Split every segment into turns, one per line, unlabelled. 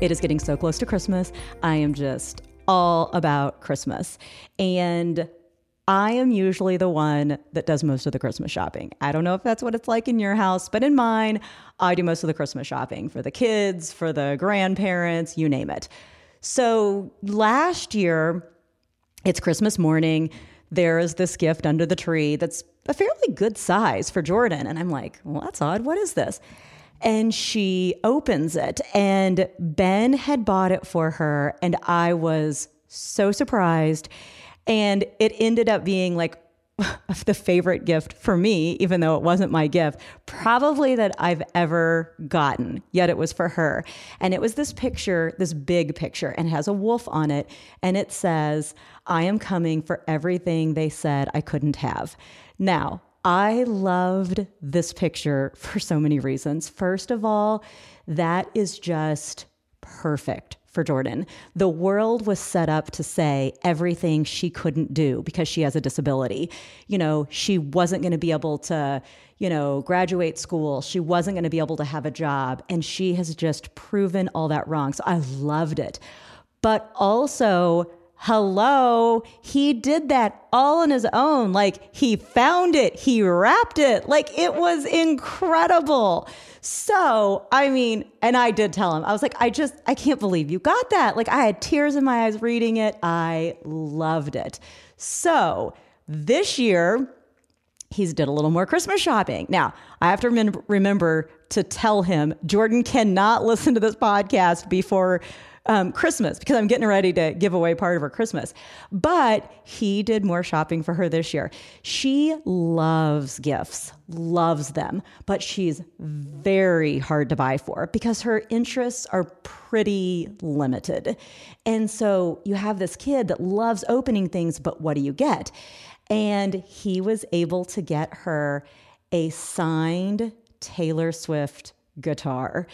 It is getting so close to Christmas. I am just all about Christmas. And I am usually the one that does most of the Christmas shopping. I don't know if that's what it's like in your house, but in mine, I do most of the Christmas shopping for the kids, for the grandparents, you name it. So last year, it's Christmas morning. There is this gift under the tree that's a fairly good size for Jordan. And I'm like, well, that's odd. What is this? And she opens it, and Ben had bought it for her. And I was so surprised. And it ended up being like the favorite gift for me, even though it wasn't my gift, probably that I've ever gotten. Yet it was for her. And it was this picture, this big picture, and it has a wolf on it. And it says, I am coming for everything they said I couldn't have. Now, I loved this picture for so many reasons. First of all, that is just perfect for Jordan. The world was set up to say everything she couldn't do because she has a disability. You know, she wasn't going to be able to, you know, graduate school. She wasn't going to be able to have a job. And she has just proven all that wrong. So I loved it. But also, hello, he did that all on his own. Like he found it, he wrapped it. Like it was incredible. So, I mean, and I did tell him, I was like, I just, I can't believe you got that. Like I had tears in my eyes reading it. I loved it. So this year, he's did a little more Christmas shopping. Now, I have to rem- remember to tell him Jordan cannot listen to this podcast before um, Christmas because I'm getting ready to give away part of her Christmas. But he did more shopping for her this year. She loves gifts, loves them, but she's very hard to buy for because her interests are pretty limited. And so you have this kid that loves opening things, but what do you get? And he was able to get her a signed Taylor Swift guitar.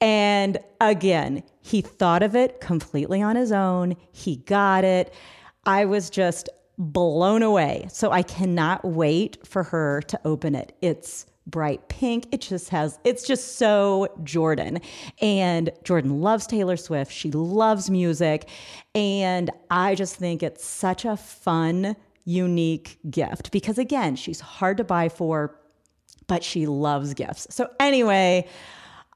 And again, he thought of it completely on his own. He got it. I was just blown away. So I cannot wait for her to open it. It's bright pink. It just has, it's just so Jordan. And Jordan loves Taylor Swift. She loves music. And I just think it's such a fun, unique gift because, again, she's hard to buy for but she loves gifts. So, anyway,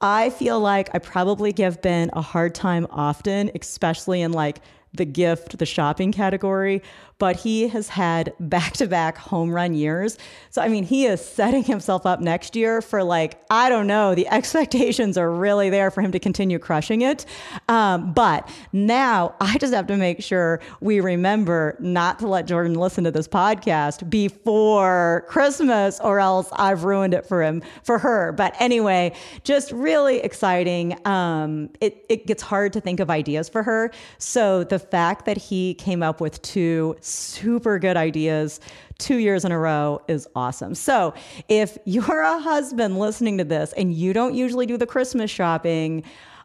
I feel like I probably give Ben a hard time often, especially in like the gift, the shopping category, but he has had back to back home run years. So, I mean, he is setting himself up next year for like, I don't know, the expectations are really there for him to continue crushing it. Um, but now I just have to make sure we remember not to let Jordan listen to this podcast before Christmas or else I've ruined it for him, for her. But anyway, just really exciting. Um, it, it gets hard to think of ideas for her. So, the fact that he came up with two super good ideas two years in a row is awesome. So, if you're a husband listening to this and you don't usually do the Christmas shopping,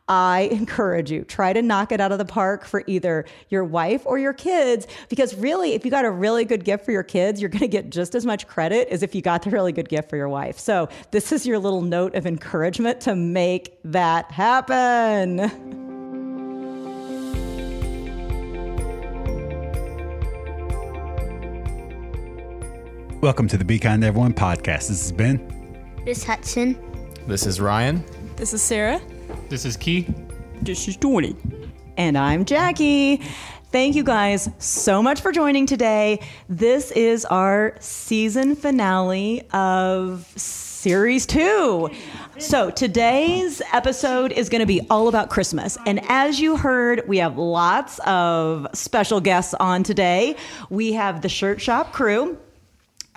I encourage you try to knock it out of the park for either your wife or your kids because really if you got a really good gift for your kids you're going to get just as much credit as if you got the really good gift for your wife. So this is your little note of encouragement to make that happen.
Welcome to the Be Kind to Everyone podcast. This is Ben.
This Hudson.
This is Ryan.
This is Sarah.
This is Key.
This is Tony.
And I'm Jackie. Thank you guys so much for joining today. This is our season finale of series two. So today's episode is going to be all about Christmas. And as you heard, we have lots of special guests on today. We have the Shirt Shop crew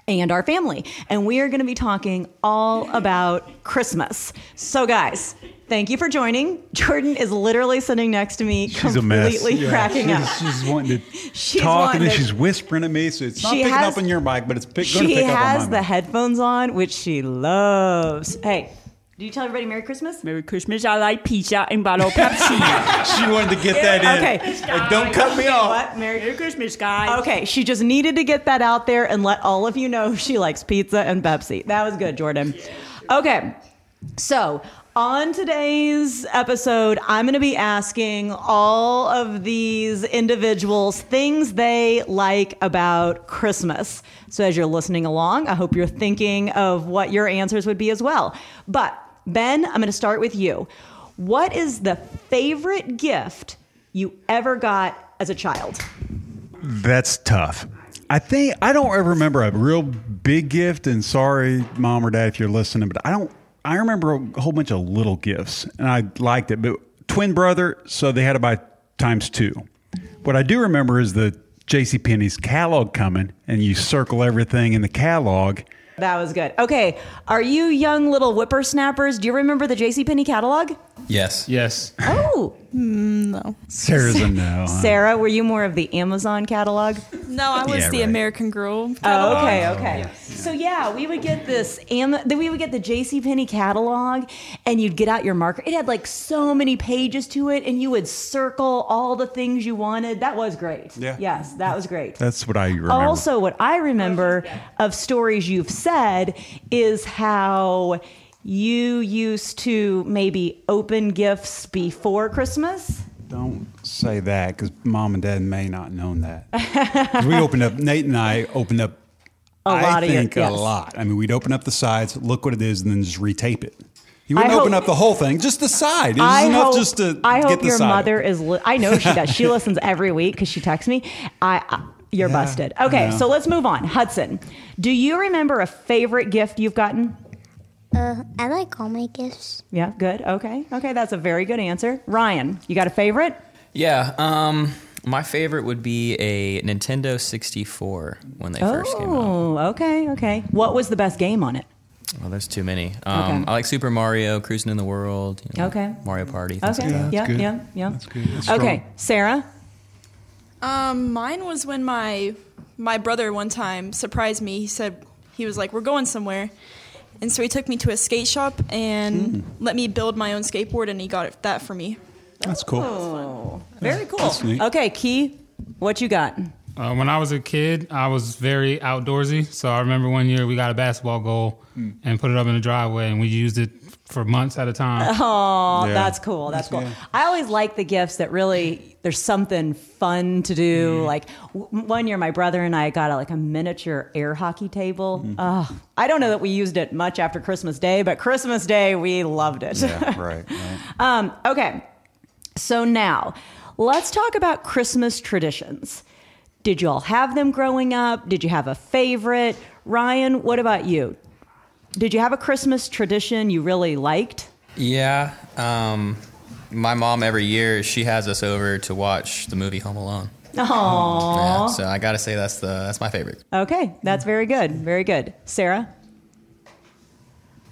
and our family. And we are going to be talking all about Christmas. So, guys, thank you for joining. Jordan is literally sitting next to me,
She's a mess.
completely cracking
she's,
up.
She's wanting to
She's
talk, and then
wanting to-
she's whispering at me, so it's not
She
picking
has-
up on your mic, but it's pick, going to
She
pick up
has
on
the
mine.
headphones on, which she loves. Hey, do you tell everybody Merry Christmas?
Merry Christmas. I like pizza and bottle Pepsi.
she wanted to get that in.
Okay.
Like, don't cut me off.
What? Merry
Merry Christmas, guys.
Okay, she just needed to get that out there and let all of you know she likes pizza and Pepsi. That was good, Jordan. Okay, So, on today's episode, I'm going to be asking all of these individuals things they like about Christmas. So, as you're listening along, I hope you're thinking of what your answers would be as well. But, Ben, I'm going to start with you. What is the favorite gift you ever got as a child?
That's tough. I think I don't ever remember a real big gift. And sorry, mom or dad, if you're listening, but I don't. I remember a whole bunch of little gifts, and I liked it. But twin brother, so they had about times two. What I do remember is the J.C. Penney's catalog coming, and you circle everything in the catalog.
That was good. Okay, are you young little whippersnappers? Do you remember the JCPenney catalog?
Yes.
Yes.
Oh,
Sarah's a no. huh?
Sarah, were you more of the Amazon catalog?
No, I was
Yeah,
the
right.
American Girl.
Oh, okay, okay. So yeah, we would get this Am- then we would get the J.C. Penney catalog, and you'd get out your marker. It had like so many pages to it, and you would circle all the things you wanted. That was great.
Yeah.
Yes, that was great.
That's what I remember. Oh,
Also, what I remember of stories you've said is how you used to maybe open gifts before Christmas.
Don't say that because mom and dad may not known that. 'Cause we opened up. Nate and I opened up. A
lot of your-
think
yes.
a lot. I mean, we'd open up the sides, look what it is, and then just retape it. You wouldn't
I hope-
open up the whole thing, just the side. It was
I
enough
hope,
just to
I
get
hope
the
your
side.
mother is. Li- I know she does. She listens every week because she texts me. I, I you're
Yeah,
busted. Okay,
I know.
so let's move on. Hudson, do you remember a favorite gift you've gotten?
Uh, I like all my gifts.
Yeah, good. Okay, okay, that's a very good answer. Ryan, you got a favorite?
Yeah. Um, my favorite would be a Nintendo 64 when they first came out.
Oh, okay, okay. What was the best game on it?
Well, there's too many. Um,
Okay.
I like Super Mario, Cruising in the World. you know,
Okay.
Mario Party. things
Okay,
like
yeah,
that's
yeah,
good.
yeah,
That's good. That's
okay, Sarah.
Um, mine was when my my brother one time surprised me. He said he was like, "We're going somewhere," and so he took me to a skate shop and
Hmm.
let me build my own skateboard, and he got it, that for me.
That's cool.
Oh, very cool.
That's neat.
Okay, Key, what you got?
Uh, when I was a kid, I was very outdoorsy. So I remember one year we got a basketball goal and put it up in the driveway, and we used it for months at a time.
Oh,
Yeah.
that's cool. That's cool.
Yeah.
I always like the gifts that really there's something fun to
Mm-hmm.
do. Like w- one year, my brother and I got a, like a miniature air hockey table.
Mm-hmm.
Oh, I don't know that we used it much after Christmas Day, but Christmas Day we loved it.
Yeah, right, right.
Um, okay, so now let's talk about Christmas traditions. Did you all have them growing up? Did you have a favorite? Ryan, what about you? Did you have a Christmas tradition you really liked?
that. Yeah. Um, my mom every year she has us over to watch the movie Home Alone.
Oh,
Yeah, so I gotta say that's the that's my favorite.
Okay, that's very good. Very good. Sarah?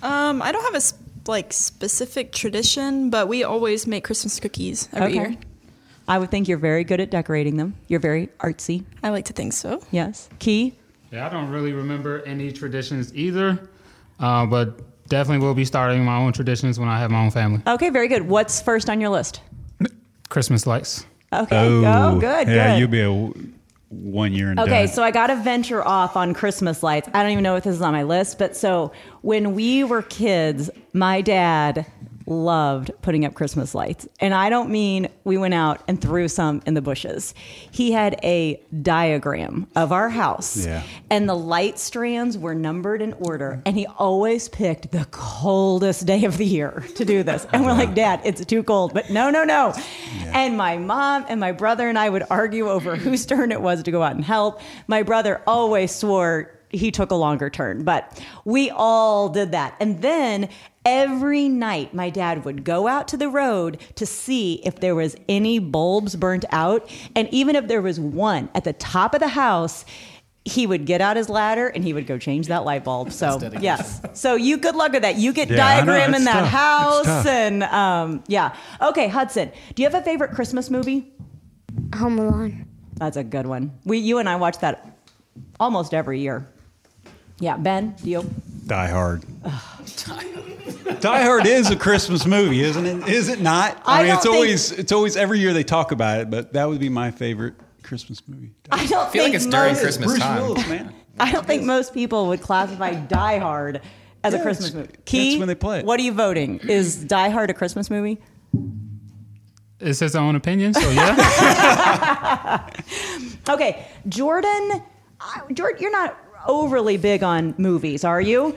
Um, I don't have a s- like specific tradition, but we always make Christmas cookies every year.
I would think you're very good at decorating them. You're very artsy.
I like to think so.
Yes. Key?
yeah, I don't really remember any traditions either, uh, but definitely will be starting my own traditions when I have my own family.
Okay, very good. What's first on your list?
Christmas lights.
Okay. Oh, good.
Yeah,
good.
you'll be a w- one year and uh,
Okay,
done.
so I got to venture off on Christmas lights. I don't even know if this is on my list, but so when we were kids, my dad loved putting up Christmas lights. And I don't mean we went out and threw some in the bushes. He had a diagram of our house,
Yeah.
and the light strands were numbered in order. And he always picked the coldest day of the year to do this. And we're like, Dad, it's too cold. But no, no, no. And my mom and my brother and I would argue over whose turn it was to go out and help. My brother always swore he took a longer turn, but we all did that. And then every night, my dad would go out to the road to see if there was any bulbs burnt out. And even if there was one at the top of the house, he would get out his ladder and he would go change that light bulb. So yes, so you good luck with that. You get
Yeah, I know,
diagram
it's
in that
tough. It's
house
tough.
and um, yeah. Okay, Hudson, do you have a favorite Christmas movie?
Home Alone.
That's a good one. We, you and I watch that almost every year. Yeah, Ben, do you?
Die Hard. Die Hard is a Christmas movie, isn't it? Is it not?
I
mean,
don't
it's
think-
always it's always every year they talk about it, but that would be my favorite Christmas movie.
I don't
feel like
think
it's during
most,
Christmas time.
man.
I don't think most people would classify Die Hard as a
Yeah,
Christmas
it's-
movie.
that's
Key,
when they play it.
What are you voting? Is Die Hard a Christmas movie?
It says their own opinion, so yeah.
Okay, Jordan, I- Jordan, you're not overly big on movies, are you?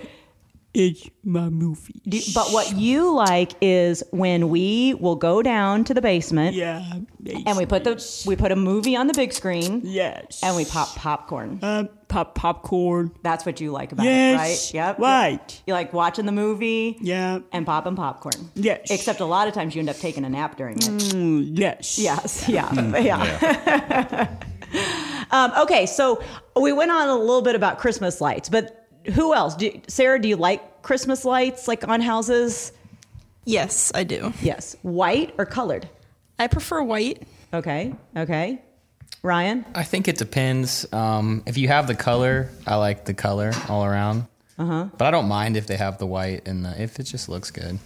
It's my movie.
Do- But what you like is when we will go down to the basement
Yeah. baby.
and we put the we put a movie on the big screen
yes.
and we pop popcorn.
Uh, pop popcorn.
That's what you like about
Yes,
it, right? Yep.
right.
You like watching the movie
Yeah.
and popping popcorn.
Yes.
Except a lot of times you end up taking a nap during it.
Mm, yes.
Yes. Yeah. Yeah. um, okay. So we went on a little bit about Christmas lights, but who else? Do, Sarah, do you like Christmas lights like on houses?
Yes, I do.
Yes. White or colored?
I prefer white.
Okay. Okay. Ryan?
I think it depends. Um, if you have the color, I like the color all around. Uh-huh. But I don't mind if they have the white and the, if it just looks good.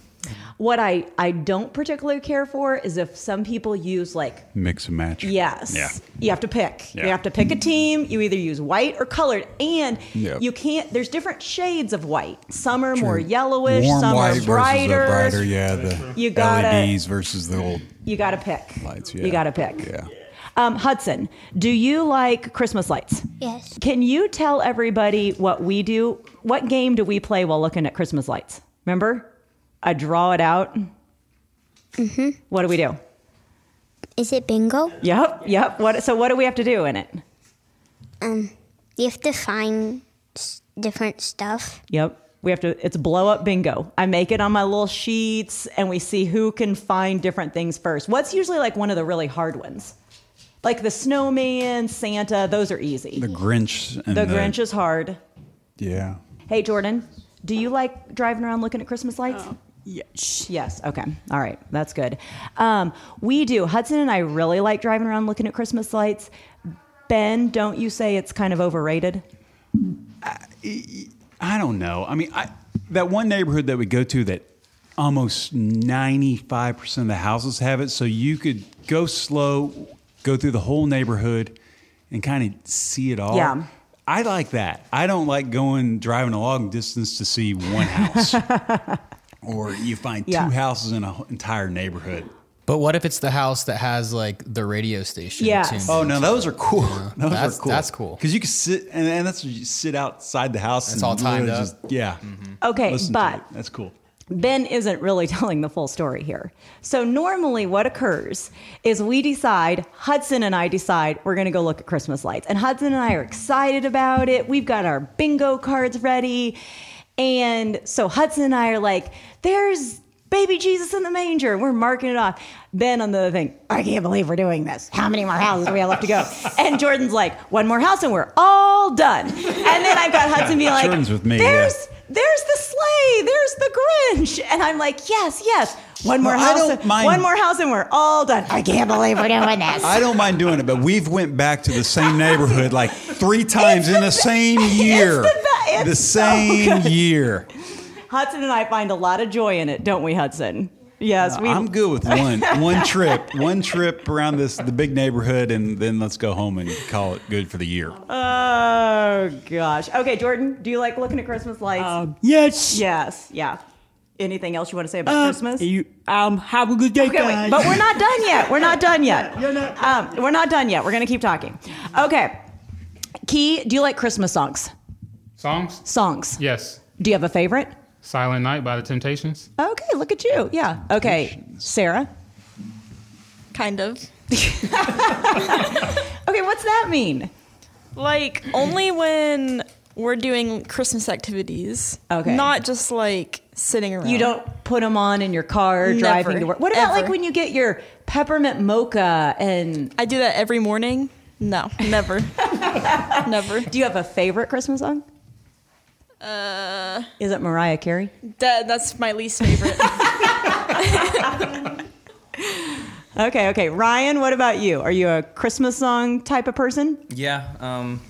What I, I don't particularly care for is if some people use like
Mix and match.
Yes.
Yeah.
You have to pick. You
Yeah.
have to pick a team. You either use white or colored. And
Yep.
you can't, there's different shades of white. Some are more yellowish,
Warm
some
white
are brighter.
versus the brighter, yeah. The
You gotta-
LEDs versus the old
You got to pick.
lights, yeah.
You got to pick.
Yeah.
Um, Hudson, do you like Christmas lights?
Yes.
Can you tell everybody what we do? What game do we play while looking at Christmas lights? Remember? I draw it out. What do we do?
Is it bingo?
Yep, yep. What, so, what do we have to do in it?
You have to find s- different stuff.
Yep. We have to, it's blow up bingo. I make it on my little sheets and we see who can find different things first. What's usually like one of the really hard ones? Like the snowman, Santa, those are easy.
the
The,
Grinch and the,
Grinch is hard.
Yeah.
Hey, Jordan, do you like driving around looking at Christmas lights?
Yes.
Yes. Okay. All right. That's good. Um, we do. Hudson and I really like driving around looking at Christmas lights. Ben, don't you say it's kind of overrated?
I don't know. I mean, I, that one neighborhood that we go to that almost 95% of the houses have it. So you could go slow, go through the whole neighborhood and kind of see it all.
Yeah.
I like that. I don't like going driving a long distance to see one house. or you find
Yeah.
two houses in an entire neighborhood.
But what if it's the house that has like the radio station?
Yes.
tuned
Oh
in?
no, those are cool. Those
That's-
are cool.
that's cool.
Because you can sit and, and that's you sit outside the house.
It's
and
all timed
literally
up.
yeah.
Okay,
Listen to
Mm-hmm. but-
it. that's cool.
Ben isn't really telling the full story here. So, normally, what occurs is we decide, Hudson and I decide, we're going to go look at Christmas lights. And Hudson and I are excited about it. We've got our bingo cards ready. And so, Hudson and I are like, there's baby Jesus in the manger. We're marking it off. Ben on the other thing, I can't believe we're doing this. How many more houses do we have left to go? And Jordan's like, one more house and we're all done. And then I've got Hudson being like,
Jordan's with me, yeah.
There's there's the sleigh, there's the Grinch. And I'm like, yes, yes. One more
Well, I
house.
don't mind-
One more house and we're all done. I can't believe we're doing this.
I don't mind doing it, but we've went back to the same neighborhood like three times in the, same
the
year.
be- it's
the
so
same year.
Hudson and I find a lot of joy in it, don't we, Hudson? Yes, we
I'm good with one one trip, one trip around this the big neighborhood, and then let's go home and call it good for the year.
Oh gosh. Okay, Jordan, do you like looking at Christmas lights?
Um, yes.
yes, yeah. Anything else you want to say about
Uh,
Christmas?
You, um, have a good day,
Okay, wait,
guys.
but we're not done yet. We're not done yet. Um, we're not done yet. We're gonna keep talking. Okay. Key, do you like Christmas songs?
Songs?
Songs.
Yes.
Do you have a favorite?
Silent Night by the Temptations.
Okay, look at you. Yeah. Okay, Sarah.
Kind of.
Okay, what's that mean?
Like only when we're doing Christmas activities.
Okay.
Not just like sitting around.
You don't put them on in your car driving
Um, Never,
to work. What about
ever.
like when you get your peppermint mocha and
I do that every morning. No, never. never.
do you have a favorite Christmas song? Uh, is it Mariah Carey?
That, that's my least favorite.
Okay, okay. Ryan, what about you? Are you a Christmas song type of person?
Yeah, um,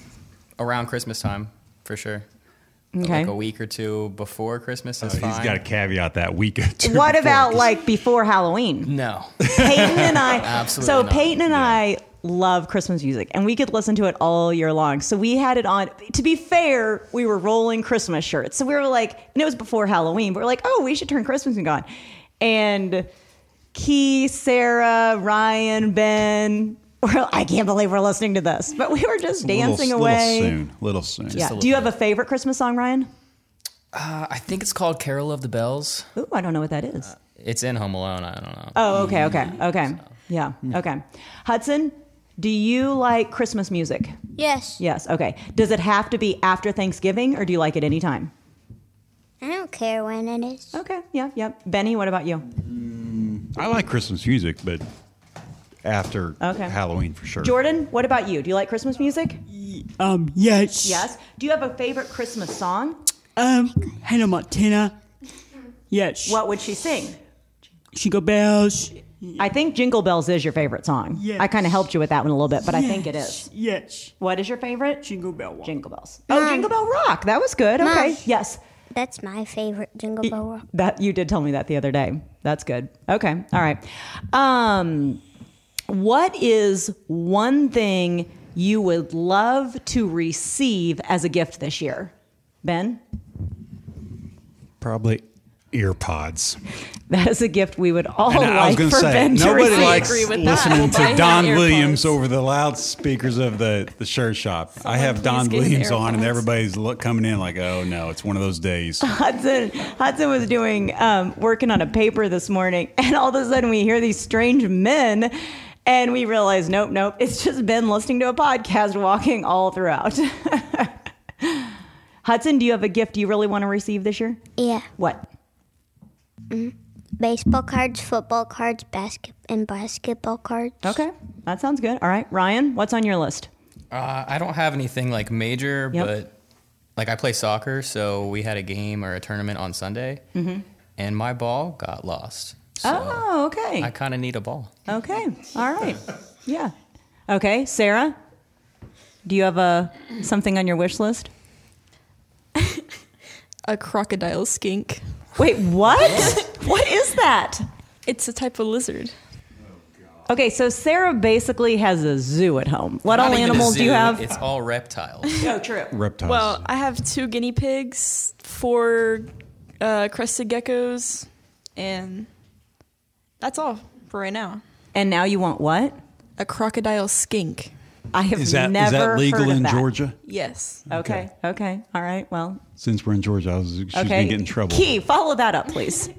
around Christmas time for sure.
Okay.
Like a week or two before Christmas
Oh,
is
he's
fine.
got to caveat that week or two.
What
before.
about like before Halloween?
no.
Peyton and I.
Absolutely
so
not.
Peyton and I love Christmas music and we could listen to it all year long. So we had it on. To be fair, we were rolling Christmas shirts. So we were like, and it was before Halloween, but we're like, oh, we should turn Christmas music on. And Key, Sarah, Ryan, Ben, we're, I can't believe we're listening to this, but we were just dancing
little,
away.
Little soon. Little soon.
Yeah. Do you have a favorite Christmas song, Ryan?
I think it's called Carol of the Bells.
Ooh, I don't know what that is.
It's in Home Alone. I don't know.
Oh, okay, okay, okay. Yeah, okay. Hudson, do you like Christmas music?
Yes.
Yes, okay. Does it have to be after Thanksgiving or do you like it anytime?
I don't care when it is.
Okay, yeah, yeah. Benny, what about you?
I like Christmas music, but after
Okay.
Halloween for sure.
Jordan, what about you? Do you like Christmas music?
Um, yes.
Yes. Do you have a favorite Christmas song?
Um, Hannah Montana. Yes.
What would she sing?
She go bells.
I think Jingle Bells is your favorite song.
Yes.
I kind of helped you with that one a little bit, but I think it is.
Yes.
What is your favorite?
Jingle bell. Rock.
Jingle Bells. Oh, Jingle Bell Rock. That was good. Okay.
Mom.
Yes.
That's my favorite Jingle Bell Rock.
That you did tell me that the other day. That's good. Okay. All right. Um what is one thing you would love to receive as a gift this year? Ben,
Probably ear pods.
that is a gift we would all
And
like
I was going
for Ben to
nobody
receive.
likes
agree with that.
listening
I
to
have
Don
AirPods.
Williams over the loudspeakers of the, the shirt shop. I have Don
please get
Williams on, and
AirPods.
everybody's look, coming in like, oh no, it's one of those days.
Hudson Hudson was doing um, working on a paper this morning, and all of a sudden we hear these strange men, and we realize, nope, nope, it's just Ben listening to a podcast, walking all throughout. Hudson, do you have a gift you really want to receive this year?
Yeah.
What?
Baseball cards, football cards, basket and basketball cards.
Okay, that sounds good. All right, Ryan, what's on your list?
Uh, I don't have anything like major,
Yep.
but like I play soccer, so we had a game or a tournament on Sunday,
Mm-hmm.
and my ball got lost. So
Oh, okay,
I kind of need a ball.
okay, all right, yeah, okay. Sarah, do you have a something on your wish list?
A crocodile skink.
Wait, what? what is that?
It's a type of lizard.
Okay, so Sarah basically has a zoo at home. What
Not
all
even a
animals do you
zoo,
have?
It's all reptiles.
oh, true.
Reptiles.
Well, I have two guinea pigs, four uh, crested geckos, and that's all for right now.
And now you want what?
A crocodile skink.
I have
is that
never
is that legal
heard of
in
that.
Georgia?
Yes.
Okay. okay, all right. Well,
Since we're in Georgia, I was, she's
okay.
gonna get in trouble.
Key, follow that up, please.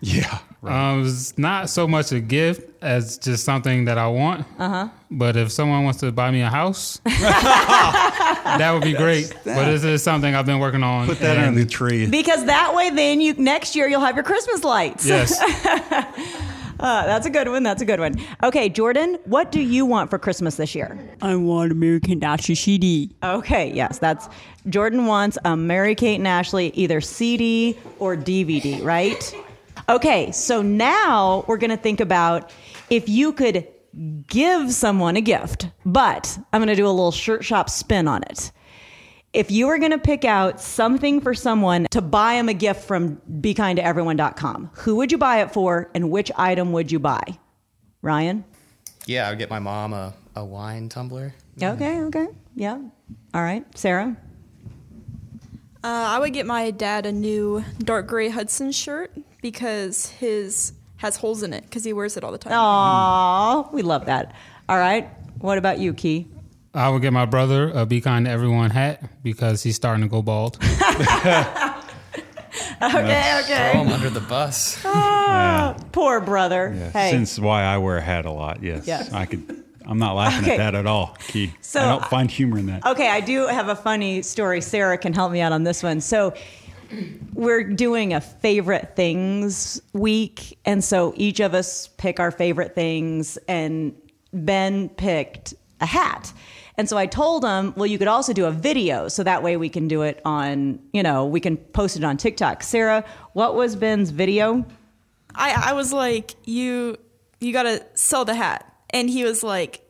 Yeah,
Um, it's not so much a gift as just something that I want. Uh huh. But if someone wants to buy me a house, that would be great. But this is something I've been working on.
put that
and-
on the tree.
Because that way, then you next year you'll have your Christmas lights.
Yes.
Uh, that's a good one. That's a good one. Okay, Jordan, what do you want for Christmas this year?
I want American Nazi CD.
Okay, yes, that's Jordan wants a Mary Kate and Ashley either CD or DVD, right? Okay, so now we're gonna think about if you could give someone a gift, but I'm gonna do a little shirt shop spin on it. If you were gonna pick out something for someone to buy them a gift from BeKindToEveryone.com, who would you buy it for, and which item would you buy? Ryan.
yeah, I would get my mom a, a wine tumbler.
Okay. Okay. Yeah. All right. Sarah.
Uh, I would get my dad a new dark gray Hudson shirt because his has holes in it because he wears it all the time.
Aw, we love that. All right. What about you, Key?
I would get my brother a Be Kind to Everyone hat because he's starting to go bald.
Okay,
Throw
okay.
'em under the bus.
Poor brother.
Yeah.
Ah, Hey.
Since why I wear a hat a lot. Yes,
Yes.
I could. I'm not laughing
Okay.
at that at all, Key.
So, Oh,
I don't
I-
find humor in that.
okay, I do have a funny story. Sarah can help me out on this one. So we're doing a favorite things week, and so each of us pick our favorite things, and Ben picked a hat. And so I told him, well, you could also do a video, so that way we can do it on, you know, we can post it on TikTok. Sarah, what was Ben's video?
I, I was like, you you gotta sell the hat. And he was like,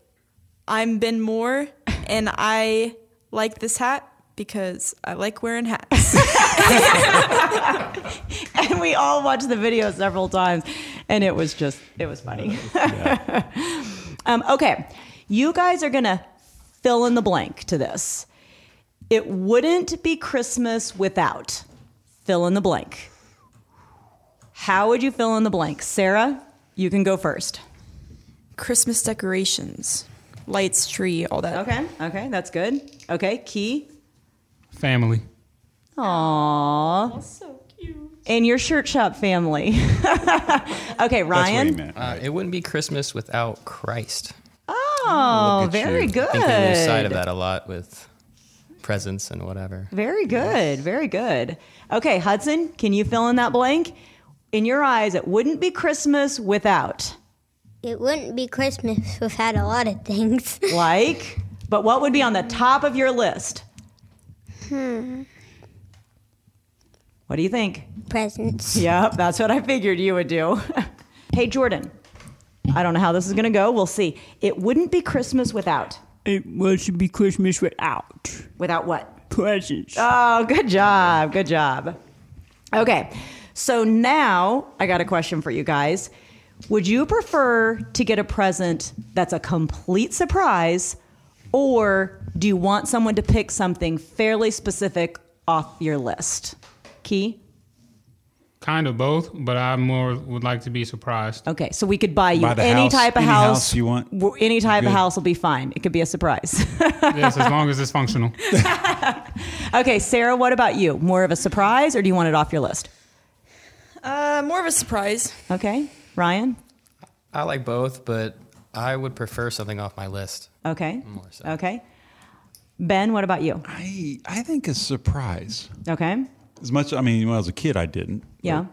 I'm Ben Moore and I like this hat because I like wearing hats.
and we all watched the video several times and it was just it was funny um, okay You guys are going to fill in the blank to this. It wouldn't be Christmas without fill in the blank. How would you fill in the blank? Sarah, you can go first.
Christmas decorations, lights, tree, all that.
Okay. Okay. That's good. Okay. Key.
Family.
Aww.
So cute.
And your shirt shop family. okay.
That's what he
Ryan.
meant.
Uh, it wouldn't be Christmas without Christ.
Oh,
Look at
very
you.
good.
I think we lose sight of that a lot with presents and whatever.
Very good. Very good. Okay. Hudson, can you fill in that blank? In your eyes, it wouldn't be Christmas without.
It wouldn't be Christmas without a lot of things.
Like, but what would be on the top of your list? Hmm. What do you think?
Presents.
Yep, that's what I figured you would do. hey, Jordan, I don't know how this is going to go. We'll see. It wouldn't be Christmas without.
It should be Christmas without
Without what?
presents.
Oh, good job. Good job. Okay. So now I got a question for you guys. Would you prefer to get a present that's a complete surprise, or do you want someone to pick something fairly specific off your list? Key?
Kind of both, but I more would like to be surprised.
Okay, so we could buy you
Buy the
any
house,
type of
any
house,
house you want.
w- Any type
Good.
of house will be fine. It could be a surprise.
yes, as long as it's functional.
okay, Sarah, what about you? More of a surprise, or do you want it off your list?
Uh, more of a surprise.
Okay, Ryan.
I like both, but I would prefer something off my list.
Okay.
so.
Okay. Ben, what about you?
I I think a surprise.
Okay.
As much I mean, when I was a kid, I didn't.
Yeah.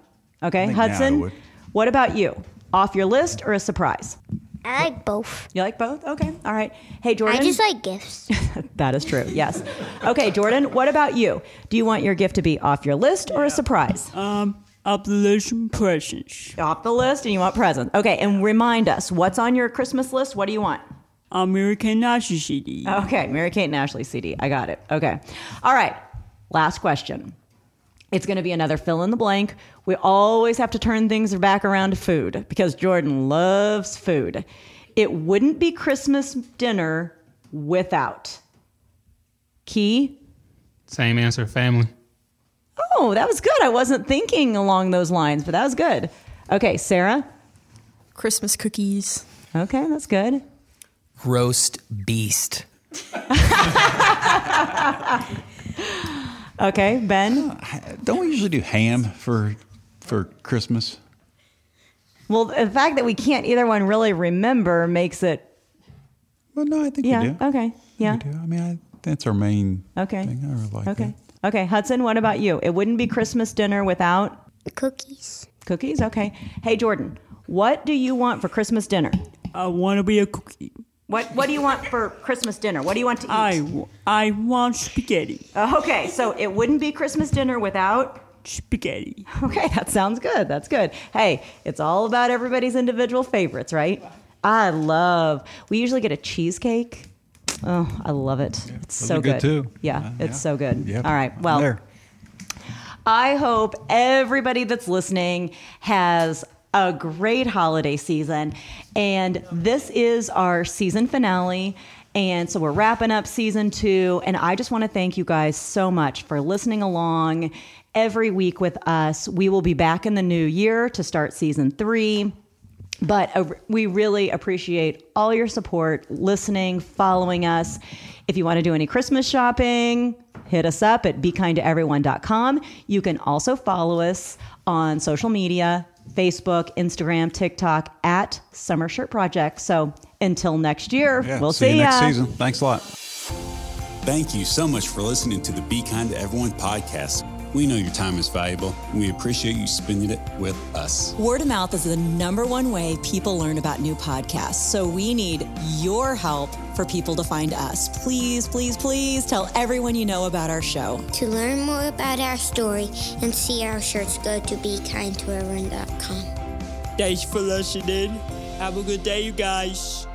Okay.
think now I
Hudson,
would.
what about you? Off your list or a surprise?
I like both.
You like both? Okay. All right. Hey, Jordan.
I just like gifts.
that is true. Yes. Okay, Jordan, what about you? Do you want your gift to be off your list or a surprise?
Uh.
Um, obligation presents.
off the list and you want presents. Okay, and remind us what's on your Christmas list? What do you want?
American Nazi CD.
Okay, Mary Kate and Ashley CD. I got it. Okay. All right. Last question. It's going to be another fill in the blank. We always have to turn things back around to food because Jordan loves food. It wouldn't be Christmas dinner without key.
Same answer, family.
Oh, that was good. I wasn't thinking along those lines, but that was good. Okay, Sarah.
Christmas cookies.
Okay, that's good.
Roast beast.
Okay, Ben.
Don't we usually do ham for for Christmas?
Well, the fact that we can't either one really remember makes it
Well, no, I think we
yeah
do.
okay yeah
We do. I mean, I, that's our main
Okay.
thing. I really like
okay
that.
okay Hudson, what about you? It wouldn't be Christmas dinner without
Cookies.
cookies. Okay, hey Jordan, what do you want for Christmas dinner?
I want to be a cookie.
What what do you want for Christmas dinner? What do you want to eat?
I, w- I want spaghetti.
Uh. Okay, so it wouldn't be Christmas dinner without.
Spaghetti.
Okay, that sounds good. That's good. Hey, it's all about everybody's individual favorites, right? I love. We usually get a cheesecake. Oh, I love it. It's
those
so
are good too. Uh,
Yeah,
Yeah,
it's
yeah.
so good.
Yep.
All right.
I'm
Well,
there.
I hope everybody that's listening has a great holiday season. And this is our season finale. And so we're wrapping up season two. And I just want to thank you guys so much for listening along every week with us. We will be back in the new year to start season three. But uh, we really appreciate all your support, listening, following us. If you want to do any Christmas shopping, hit us up at bekindtoeveryone.com. You can also follow us on social media Facebook, Instagram, TikTok at Summer Shirt Project. So until next year,
Yeah.
we'll
see,
see,
you next
ya.
season. Thanks a lot.
Thank you so much for listening to the Be Kind to Everyone podcast. We know your time is valuable. and We appreciate you spending it with us.
Word of mouth is the number one way people learn about new podcasts. So we need your help for people to find us. Please, please, please tell everyone you know about our show.
To learn more about our story and see our shirts, go to bekindtoeveryone.com.
Thanks for listening. Have a good day, you guys.